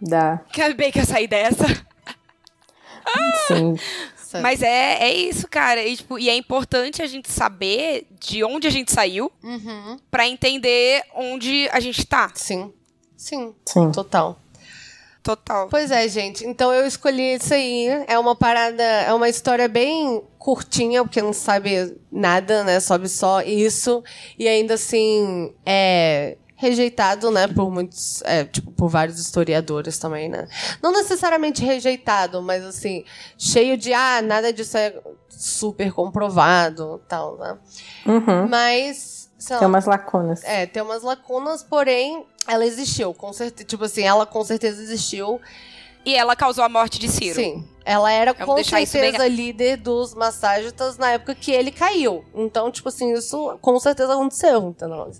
K: da...
B: Quer bem que é eu saí dessa?
K: Sim.
B: Mas é, é isso, cara. E, tipo, e é importante a gente saber de onde a gente saiu
J: Uhum.
B: pra entender onde a gente tá.
J: Sim. Sim.
K: Sim.
J: Total.
B: Total.
J: Pois é, gente. Então eu escolhi isso aí. É uma parada, é uma história bem curtinha, porque não sabe nada, né? Sobe só isso. E ainda assim, é rejeitado, né, por muitos, é, tipo, por vários historiadores também, né? Não necessariamente rejeitado, mas assim, cheio de ah, nada disso é super comprovado, tal, né?
K: Uhum.
J: Mas, sei
K: Tem
J: lá.
K: umas lacunas.
J: É, tem umas lacunas, porém, ela existiu, com certeza. Tipo assim, ela com certeza existiu.
B: E ela causou a morte de Ciro.
J: Sim. Ela era
B: Vamos
J: com
B: deixar isso bem-
J: certeza líder dos massagitas na época que ele caiu. Então, tipo assim, isso com certeza aconteceu, entendeu?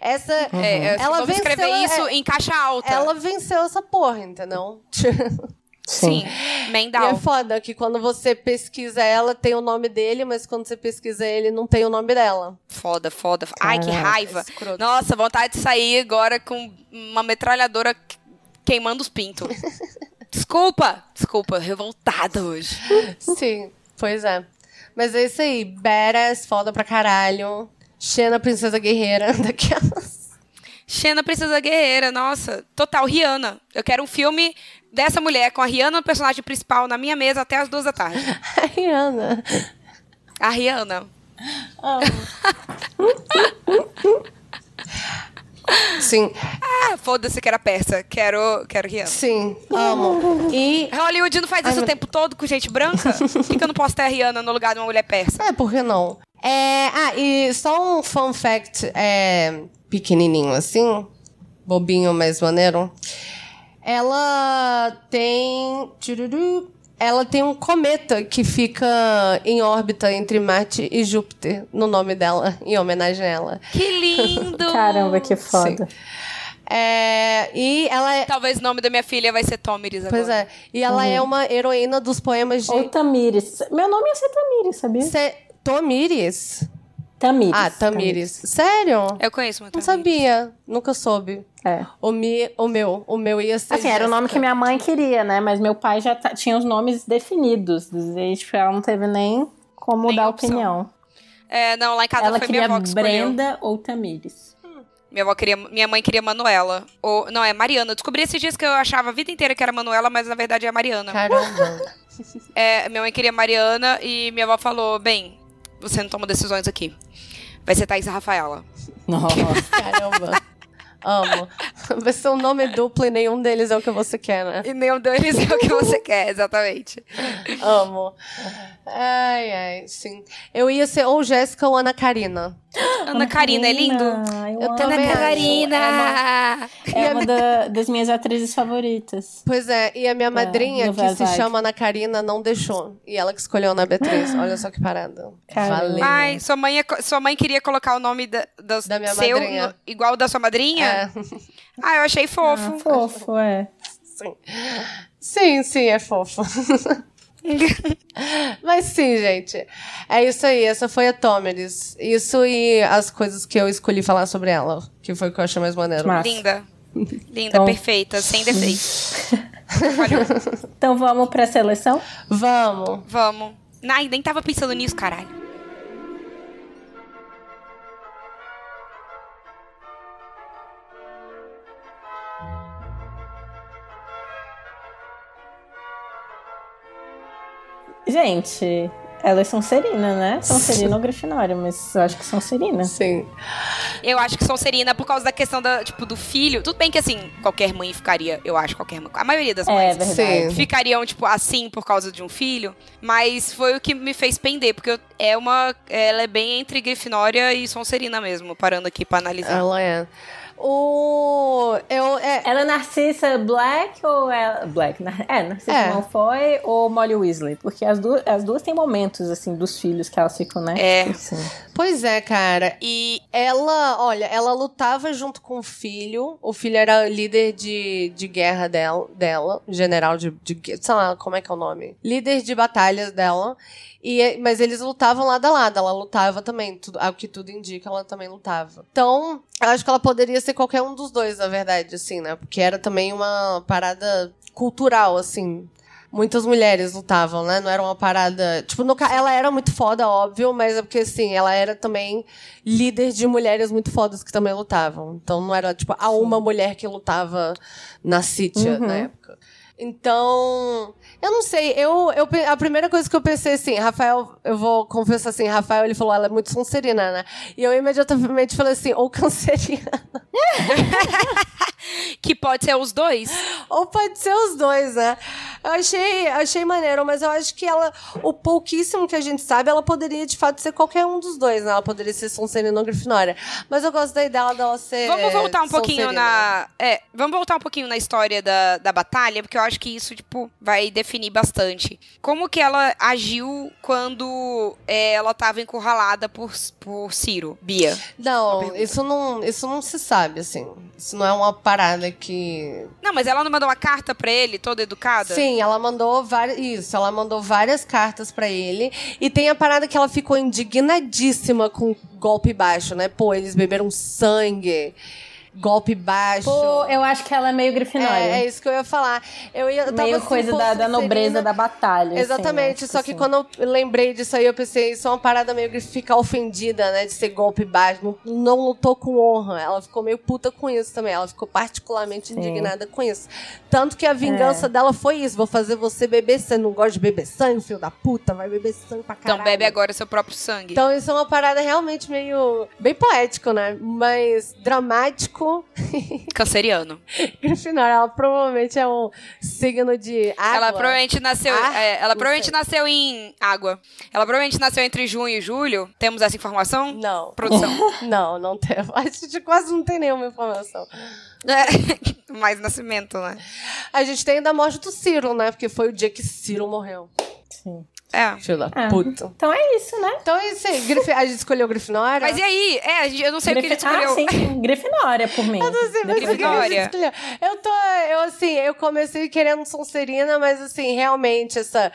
J: Essa.
B: É, se vamos escrever isso
J: Uhum. é,
B: em caixa alta.
J: Ela venceu essa porra, entendeu?
B: Sim.
J: E é
B: Mendal.
J: foda que quando você pesquisa ela, tem o nome dele, mas quando você pesquisa ele, não tem o nome dela.
B: Foda, foda. Ai, que
J: Caraca,
B: raiva. Nossa, vontade de sair agora com uma metralhadora que- queimando os pintos. desculpa, desculpa, revoltada hoje.
J: Sim, pois é. Mas é isso aí. Beras, foda pra caralho. Xena, princesa guerreira daquelas.
B: Xena Princesa Guerreira, nossa, total, Rihanna. Eu quero um filme dessa mulher com a Rihanna, personagem principal, na minha mesa até as duas da tarde.
J: A Rihanna.
B: A Rihanna.
J: Sim.
B: Ah, foda-se que era persa. Quero, quero Rihanna.
J: Sim, amo. E.
B: Hollywood não faz isso o tempo todo com gente branca? Por que, que eu não posso ter a Rihanna no lugar de uma mulher persa?
J: É, por que não? É, ah, e só um fun fact é, pequenininho assim, bobinho, mas maneiro. Ela tem. tchururu, Ela tem um cometa que fica em órbita entre Marte e Júpiter, no nome dela, em homenagem a ela.
B: Que lindo!
K: Caramba, que foda.
J: É, e ela é.
B: Talvez o nome da minha filha vai ser Tomiris agora.
J: Pois é. E ela é
K: Uhum.
J: uma heroína dos poemas de.
K: Ou Tamires. Meu nome ia ser Tamires, sabia?
J: Cê- Tomires?
K: Tamires.
J: Ah, Tamires. Sério?
B: Eu conheço muito.
J: Não sabia, nunca soube.
K: É.
J: O, mi, o meu, o meu ia ser.
K: Assim, era o nome que
J: Jéssica.
K: minha mãe queria, né? Mas meu pai já ta- tinha os nomes definidos. E, tipo, ela não teve nem como
B: Nem
K: dar
B: opção.
K: opinião.
B: É, não, lá em casa
K: ela
B: foi minha
K: queria
B: avó que escolheu.
K: Brenda ou Tamires.
B: Minha, avó queria, minha mãe queria Manuela. Ou, não, é Mariana. Eu descobri esses dias que eu achava a vida inteira que era Manuela, mas na verdade é Mariana.
J: Caramba.
B: É, minha mãe queria Mariana e minha avó falou: bem, você não toma decisões aqui. Vai ser Thaís e Rafaela.
K: Nossa.
J: Caramba. Amo. Vai ser um nome duplo e nenhum deles é o que você quer, né?
B: E nenhum deles é o que você quer, exatamente.
J: Amo. Ai, ai, sim. Eu ia ser ou Jéssica ou Ana Karina.
B: Ana Karina é lindo?
K: Eu,
J: Eu
K: amo.
J: também
B: Ana
J: acho.
B: Karina!
K: É uma da- das minhas atrizes favoritas.
J: Pois é, e a minha madrinha, que
K: novela
J: se
K: Vibe.
J: chama Ana Karina, não deixou. E ela que escolheu Ana Beatriz. Olha só que parada.
K: Caramba.
J: Valeu.
B: Ai, sua mãe, é co- sua mãe queria colocar o nome da, das-
J: Da minha
B: seu
J: madrinha.
B: no- igual o da sua madrinha?
J: É.
B: Ah, eu achei fofo.
K: Ah, fofo, é.
J: Sim. Sim, sim, é fofo.
K: Ah.
J: Mas sim, gente. É isso aí. Essa foi a Tomeris. Isso e as coisas que eu escolhi falar sobre ela. Que foi o que eu achei mais maneiro.
K: Massa.
B: Linda. Linda,
K: Então-
B: perfeita, sem defeitos. Valeu.
K: Então vamos pra seleção?
J: Vamos.
B: Vamos. Ai, nem tava pensando nisso, caralho.
K: Gente, ela é Sonserina, né? Sonserina ou Grifinória, mas eu acho que Sonserina.
J: Sim.
B: Eu acho que Sonserina por causa da questão da, tipo, do filho. Tudo bem que assim, qualquer mãe ficaria, eu acho, qualquer mãe. A maioria das
K: É,
B: mães
K: verdade. Sim.
B: ficariam, tipo, assim por causa de um filho. Mas foi o que me fez pender, porque eu- é uma. Ela é bem entre Grifinória e Sonserina mesmo, parando aqui pra analisar.
J: Ela é. O... Eu, é...
K: Ela é Narcissa Black ou ela... Black, né? é, Narcissa
J: É.
K: Malfoy ou Molly Weasley? Porque as duas, as duas têm momentos, assim, dos filhos que elas ficam, né?
B: É.
J: Pois é, cara.
B: E
J: ela, olha, ela lutava junto com o filho. O filho era líder de, de guerra dela, dela general de, de. gue- sei lá como é que é o nome. Líder de batalha dela. E, eh, mas eles lutavam lado a lado. Ela lutava também. Tudo, ao que tudo indica, ela também lutava. Então, eu acho que ela poderia ser qualquer um dos dois, na verdade, assim, né? Porque era também uma parada cultural, assim. Muitas mulheres lutavam, né? Não era uma parada. Tipo, no ca... ela era muito foda, óbvio, mas é porque, assim, ela era também líder de mulheres muito fodas que também lutavam. Então não era, tipo, a uma mulher que lutava na Sítia
K: Uhum.
J: na época. Então, eu não sei. Eu, eu, pe- a primeira coisa que eu pensei, assim, Rafael, eu vou confessar assim, Rafael, ele falou, ela é muito sonserina, né? E eu imediatamente falei assim, ou cancerina.
B: Que pode ser os dois.
J: Ou pode ser os dois, né? Eu achei, achei maneiro, mas eu acho que ela, o pouquíssimo que a gente sabe, ela poderia de fato ser qualquer um dos dois, né? Ela poderia ser Sonserina ou Grifinória. Mas eu gosto da ideia dela ser. né?
B: Vamos voltar um pouquinho
J: Sonserina.
B: na. É, vamos voltar um pouquinho na história da, da batalha, porque eu acho que isso, tipo, vai definir bastante. Como que ela agiu quando é, ela tava encurralada por, por Ciro, Bia?
J: Não, isso não, isso não se sabe, assim. Isso não é uma parada que.
B: Não, mas ela não mandou uma carta pra ele, toda educada?
J: Sim, ela mandou várias. Isso, ela mandou várias cartas pra ele. E tem a parada que ela ficou indignadíssima com golpe baixo, né? Pô, eles beberam sangue. Golpe baixo.
K: Pô, eu acho que ela é meio Grifinória.
J: É, é isso que eu ia falar. Eu, ia, eu tava
K: Meio
J: assim,
K: coisa
J: pô,
K: da, da
J: Sonserina-
K: nobreza da batalha. assim,
J: Exatamente,
K: né?
J: só que quando eu lembrei disso aí, eu pensei, isso é uma parada meio de ficar ofendida, né? De ser golpe baixo. Não, não lutou com honra. Ela ficou meio puta com isso também. Ela ficou particularmente indignada com isso. Tanto que a vingança
K: É.
J: dela foi isso: vou fazer você beber sangue. Não gosta de beber sangue, filho da puta, vai beber sangue pra caralho.
B: Então bebe agora seu próprio sangue.
J: Então isso é uma parada realmente meio. bem poético, né? Mas dramático.
B: Canceriano.
J: Grifinória, ela provavelmente é um signo de água.
B: Ela provavelmente nasceu.
J: Ah,
B: é, ela
J: não
B: provavelmente
J: sei.
B: nasceu em água. Ela provavelmente nasceu entre junho e julho. Temos essa informação?
J: Não.
B: Produção.
J: Não, não tem. A gente quase não tem nenhuma informação.
B: É, mais nascimento, né?
J: A gente tem ainda a morte do Ciro, né? Porque foi o dia que Ciro morreu.
K: Sim.
B: É.
J: Filho da
K: Ah,
J: puta.
K: Então é isso, né?
J: Então é isso aí. Grifi- A gente escolheu Grifinória.
B: Mas e aí? É, a gente- eu não sei o que a gente
K: Grifi-
B: escolheu.
K: Ah, sim, sim. Grifinória por mim. Eu
J: não sei mas assim, o que a gente escolheu? Eu tô, eu assim, eu comecei querendo Sonserina, mas assim, realmente essa,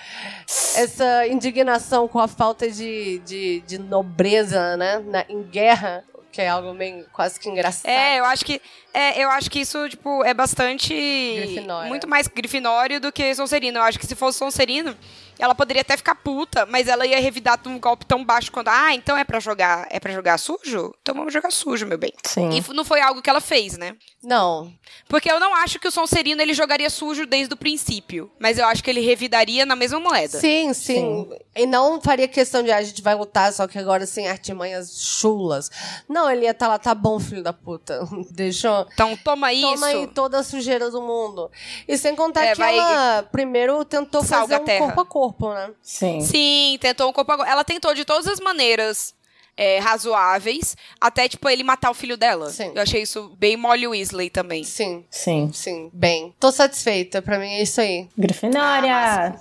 J: essa indignação com a falta de, de, de nobreza, né, na, em guerra, que é algo meio quase que engraçado.
B: É, eu acho que é, eu acho que isso tipo é bastante
J: Grifinória.
B: muito mais grifinório do que Sonserino. Eu acho que se fosse Sonserino, ela poderia até ficar puta, mas ela ia revidar um golpe tão baixo quando ah, então é pra jogar, é para jogar sujo? Então vamos jogar sujo, meu bem.
K: Sim.
B: E f- não foi algo que ela fez, né?
J: Não.
B: Porque eu não acho que o Sonserino ele jogaria sujo desde o princípio, mas eu acho que ele revidaria na mesma moeda.
J: Sim, sim, E não faria questão de ah, a gente vai lutar, só que agora sem artimanhas chulas. Não, ele ia estar lá, tá bom, filho da puta. Deixou.
B: Então toma isso.
J: Toma aí toda a sujeira do mundo. E sem contar
B: É,
J: que
B: vai-
J: ela primeiro tentou
B: Salga
J: fazer
B: a
J: um
B: terra.
J: corpo a corpo, né?
K: Sim.
B: Sim, tentou um corpo. a corpo. Ela tentou de todas as maneiras é, razoáveis, até, tipo, ele matar o filho dela.
J: Sim.
B: Eu achei isso bem Molly Weasley também.
J: Sim,
K: Sim.
J: sim. Bem, tô satisfeita. Pra mim é isso aí. Ah,
B: Ah.
K: Grifinória!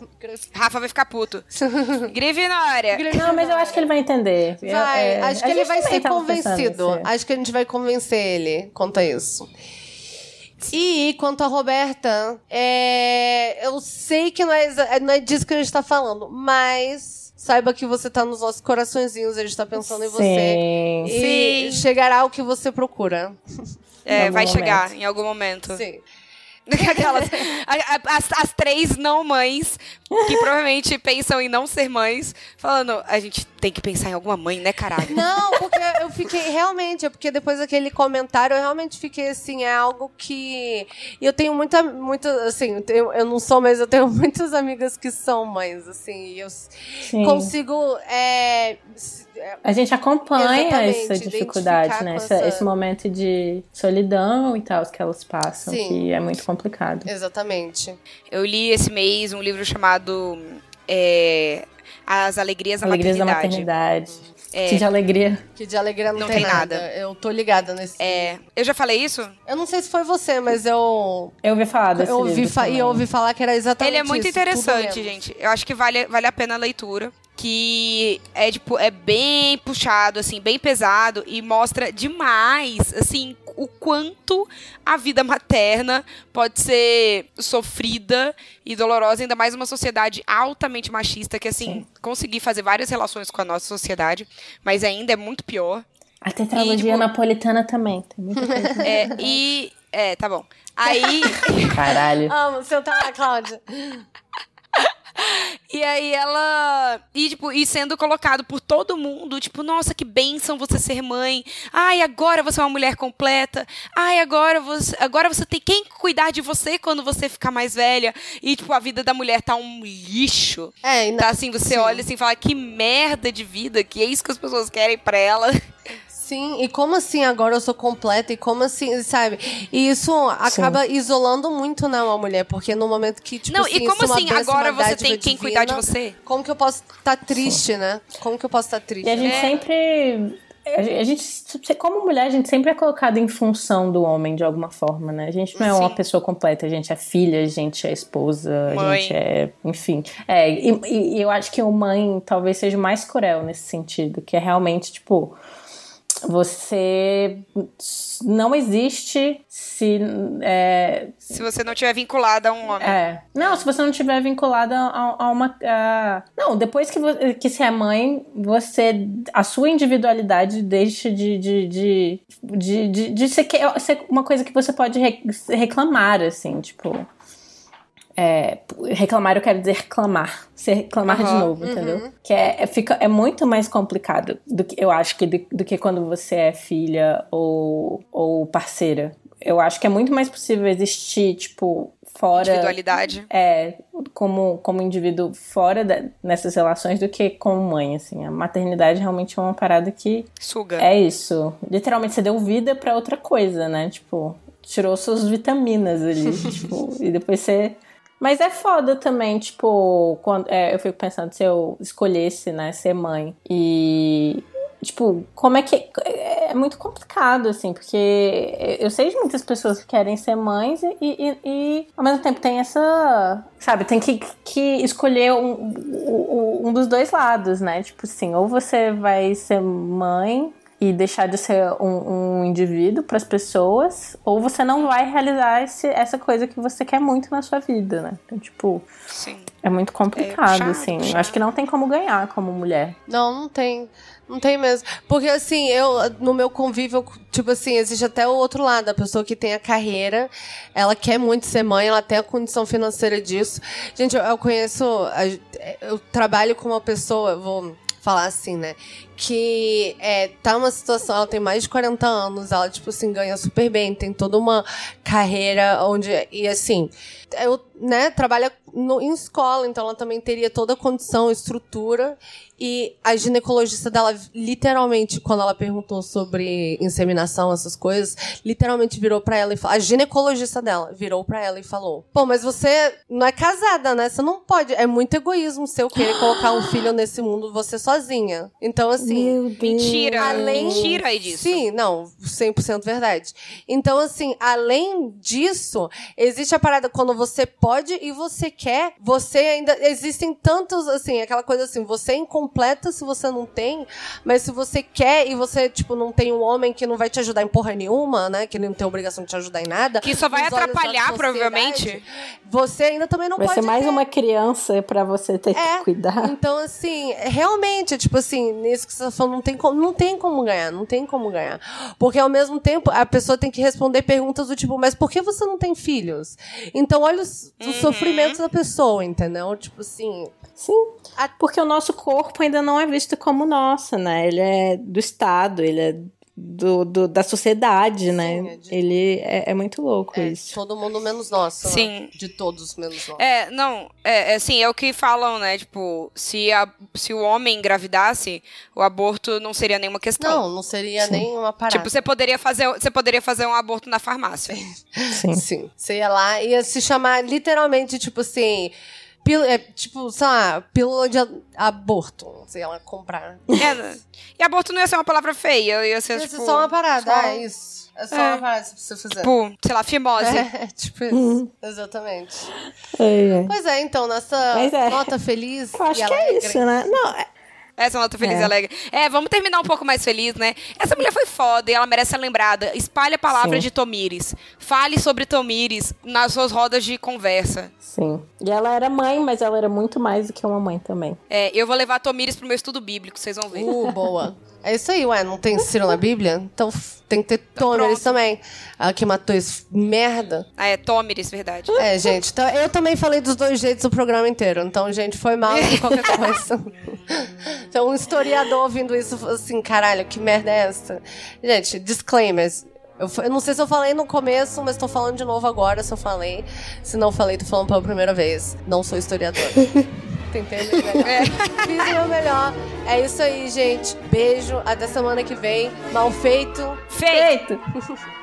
B: Rafa vai ficar puto.
J: Uhum.
B: Grifinória!
K: Não, mas eu acho que ele vai entender. Eu-
J: Vai,
K: é,
J: acho que
K: a
J: ele
K: gente
J: vai
K: também
J: ser
K: tava pensando
J: convencido.
K: nisso. é.
J: Acho que a gente vai convencer ele quanto a isso. E quanto a Roberta, é, eu sei que não é, exa- não é disso que a gente tá falando, mas saiba que você tá nos nossos coraçõezinhos, a gente tá pensando em você.
K: Sim.
J: E chegará o que você procura.
B: É,
J: Em
B: vai
J: algum
B: chegar
J: momento.
B: em algum momento.
J: Sim.
B: Aquelas, a- a- as, as três não mães que provavelmente pensam em não ser mães, falando, a gente tem que pensar em alguma mãe, né, caralho?
J: Não, porque eu fiquei realmente, é porque depois daquele comentário eu realmente fiquei assim, é algo que e eu tenho muita muita assim, eu, tenho- eu não sou, mas eu tenho muitas amigas que são mães assim, e eu s-
K: Sim.
J: consigo é, s- é,
K: A gente acompanha
J: Exatamente,
K: essa dificuldade,
J: identificar
K: né?
J: com
K: Essa-
J: essa-
K: Esse momento de solidão e tal que elas passam,
B: Sim.
K: que é muito complicado.
J: Exatamente.
B: Eu li esse mês um livro chamado é, As Alegrias da
K: Alegrias da
B: Maternidade.
K: maternidade.
B: É.
K: Que de alegria.
J: que de alegria não,
B: Não
J: tem,
B: tem
J: nada.
B: nada.
J: Eu tô ligada nesse
B: É, eu já falei isso?
J: Eu não sei se foi você, mas eu
K: Eu ouvi falar desse
J: eu ouvi
K: livro
J: fa- e
K: também.
J: eu ouvi falar que era exatamente
B: Ele é muito
J: isso, tudo
B: interessante,
J: mesmo.
B: gente. Eu acho que vale, vale a pena a leitura. Que é, tipo, é bem puxado, assim, bem pesado. E mostra demais, assim, o quanto a vida materna pode ser sofrida e dolorosa. Ainda mais numa sociedade altamente machista. Que, assim, consegui fazer várias relações com a nossa sociedade. Mas ainda é muito pior.
K: A tetralogia
J: tipo,
K: napolitana também. Tem muita coisa.
B: É, e... É, tá bom. Aí...
K: Caralho.
J: Amo, senta lá, Cláudia.
B: E aí ela. E, tipo, e sendo colocado por todo mundo, tipo, nossa, que bênção você ser mãe. Ai, agora você é uma mulher completa. Ai, agora você, agora você tem quem cuidar de você quando você ficar mais velha. E, tipo, a vida da mulher tá um lixo.
J: É,
B: Tá assim, você olha assim e fala, que merda de vida, que é isso que as pessoas querem pra ela.
J: Sim, e como assim agora eu sou completa? E como assim, sabe? E isso acaba isolando muito, né, uma mulher? Porque no momento que, tipo,
B: Não, e
J: assim,
B: como
J: isso é uma
B: assim,
J: bênção,
B: agora
J: uma
B: você
J: dádiva
B: tem quem cuidar de
J: divina,
B: você?
J: Como que eu posso estar triste, né? Como que eu posso estar triste? É.
B: É.
K: E a gente sempre. A gente, a gente- como mulher, a gente sempre é colocado em função do homem de alguma forma, né? A gente não é uma pessoa completa, a gente é filha, a gente é esposa, a
B: Mãe.
K: gente é. Enfim. É, e, e- e eu acho que o mãe talvez seja o mais cruel nesse sentido, que é realmente, tipo. Você não existe se. é,
B: Se você não tiver vinculada a um homem.
K: é. Não, se você não tiver vinculada a, a uma. a- Não, depois que, vo- que você é mãe, você. A sua individualidade deixa de. de, de, de, de- de ser, que- ser uma coisa que você pode re- reclamar, assim, tipo. é, reclamar, eu quero dizer reclamar. Se reclamar de
B: Aham.
K: novo,
B: Uhum.
K: entendeu? Que é, é- fica, é muito mais complicado do que eu acho que do, do que quando você é filha ou, ou parceira. Eu acho que é muito mais possível existir, tipo, fora.
B: Individualidade.
K: É, como, como indivíduo fora da- nessas relações do que como mãe, assim. A maternidade realmente é uma parada que.
B: Suga.
K: É isso. Literalmente você deu vida pra outra coisa, né? Tipo, tirou suas vitaminas ali. tipo, e depois você. Mas é foda também, tipo, quando, é, eu fico pensando se eu escolhesse, né, ser mãe. E. Tipo, como é que. É é muito complicado, assim, porque eu sei de muitas pessoas que querem ser mães e, e- e, ao mesmo tempo tem essa. Sabe, tem que, que escolher um, um, um dos dois lados, né? Tipo assim, ou você vai ser mãe e deixar de ser um, um indivíduo para as pessoas, ou você não vai realizar esse- essa coisa que você quer muito na sua vida, né? Então, tipo, é muito complicado,
J: chato,
K: assim.
J: chato.
K: Eu acho que não tem como ganhar como mulher.
J: Não, não tem. Não tem mesmo. Porque assim, eu no meu convívio, tipo assim, existe até o outro lado, a pessoa que tem a carreira, ela quer muito ser mãe, ela tem a condição financeira disso. Gente, eu, eu conheço, a- eu trabalho com uma pessoa, eu vou falar assim, né? Que é, tá uma situação, ela tem mais de 40 anos, ela, tipo assim, ganha super bem, tem toda uma carreira onde. E assim, eu, né, trabalha no- em escola, então ela também teria toda a condição, estrutura. E a ginecologista dela, literalmente, quando ela perguntou sobre inseminação, essas coisas, literalmente virou pra ela e falou. A ginecologista dela virou pra ela e falou: Pô, mas você não é casada, né? Você não pode. É muito egoísmo seu querer colocar um filho nesse mundo você sozinha. Então, assim.
B: Mentira.
J: Além...
B: Mentira aí disso.
J: Sim, não, 100% verdade. Então, assim, além disso, existe a parada quando você pode e você quer, você ainda. Existem tantos, assim, aquela coisa assim, você é incompleta se você não tem, mas se você quer e você, tipo, não tem um homem que não vai te ajudar em porra nenhuma, né? Que ele não tem obrigação de te ajudar em nada.
B: Que só vai
J: nos olhos da
B: atrapalhar,
J: sociedade,
B: provavelmente.
J: Você ainda também não
K: Vai
J: pode
K: ser mais
J: ter. É.
K: uma criança pra você ter que cuidar.
J: Então, assim, realmente, tipo assim, nisso que que você tá falando, não tem, como, não tem como ganhar, não tem como ganhar. Porque ao mesmo tempo, a pessoa tem que responder perguntas do tipo, mas por que você não tem filhos? Então, olha os,
B: Uhum.
J: os sofrimentos da pessoa, entendeu? Tipo assim.
K: Sim. Porque o nosso corpo ainda não é visto como nosso, né? Ele é do Estado, ele é do, do- da sociedade, né? Ele é, é muito louco isso.
J: Todo mundo menos nós. sei lá.
B: Sim.
J: De todos menos nós.
B: É, não, é, é, assim, é o que falam, né? Tipo, se, a, se o homem engravidasse, o aborto não seria nenhuma questão.
J: Não, não seria nem uma parada.
B: Tipo, você poderia fazer, você poderia fazer um aborto na farmácia.
K: Sim.
J: Sim. Você ia lá e ia se chamar literalmente, tipo assim. pílula- é, tipo, sei lá, pílula de a- aborto. Você ia lá comprar.
B: É, e aborto não ia ser uma palavra feia, ia ser
K: é
J: Ia ser
B: tipo,
J: só uma parada,
B: só-
J: é isso. É só
B: É.
J: uma parada se você fizer.
B: Tipo, sei lá, fimose.
J: É, tipo isso.
K: Uhum.
J: Exatamente.
K: É.
J: Pois é, então, nossa
K: Mas é.
J: nota feliz.
K: Eu acho
J: e
K: que é
J: alegre.
K: isso, né? Não, é-
B: Essa nota feliz
K: É.
B: e alegre. É, vamos terminar um pouco mais feliz, né? Essa mulher foi foda e ela merece ser lembrada. Espalhe a palavra
K: Sim.
B: de Tomires. Fale sobre Tomires nas suas rodas de conversa.
K: sim. E ela era mãe, mas ela era muito mais do que uma mãe também.
B: É, eu vou levar Tomires pro meu estudo bíblico, vocês
K: né?
B: vão ver.
J: Uh, boa. É isso aí, ué. Não tem Ciro na Bíblia? Então f- tem que ter Tômeres também. Ela que matou esse merda.
B: Ah, é Tomires, verdade.
J: É, gente. Então, eu também falei dos dois jeitos o programa inteiro. Então, gente, foi mal de qualquer coisa. então, um historiador ouvindo isso falou assim: caralho, que merda é essa? Gente, disclaimers. Eu, fa- eu não sei se eu falei no começo, mas tô falando de novo agora se eu falei. Se não falei, tô falando pela primeira vez. Não sou historiadora. Tentei o meu melhor. Fiz o meu melhor. É isso aí, gente. Beijo. Até semana que vem. Mal feito.
B: Feito!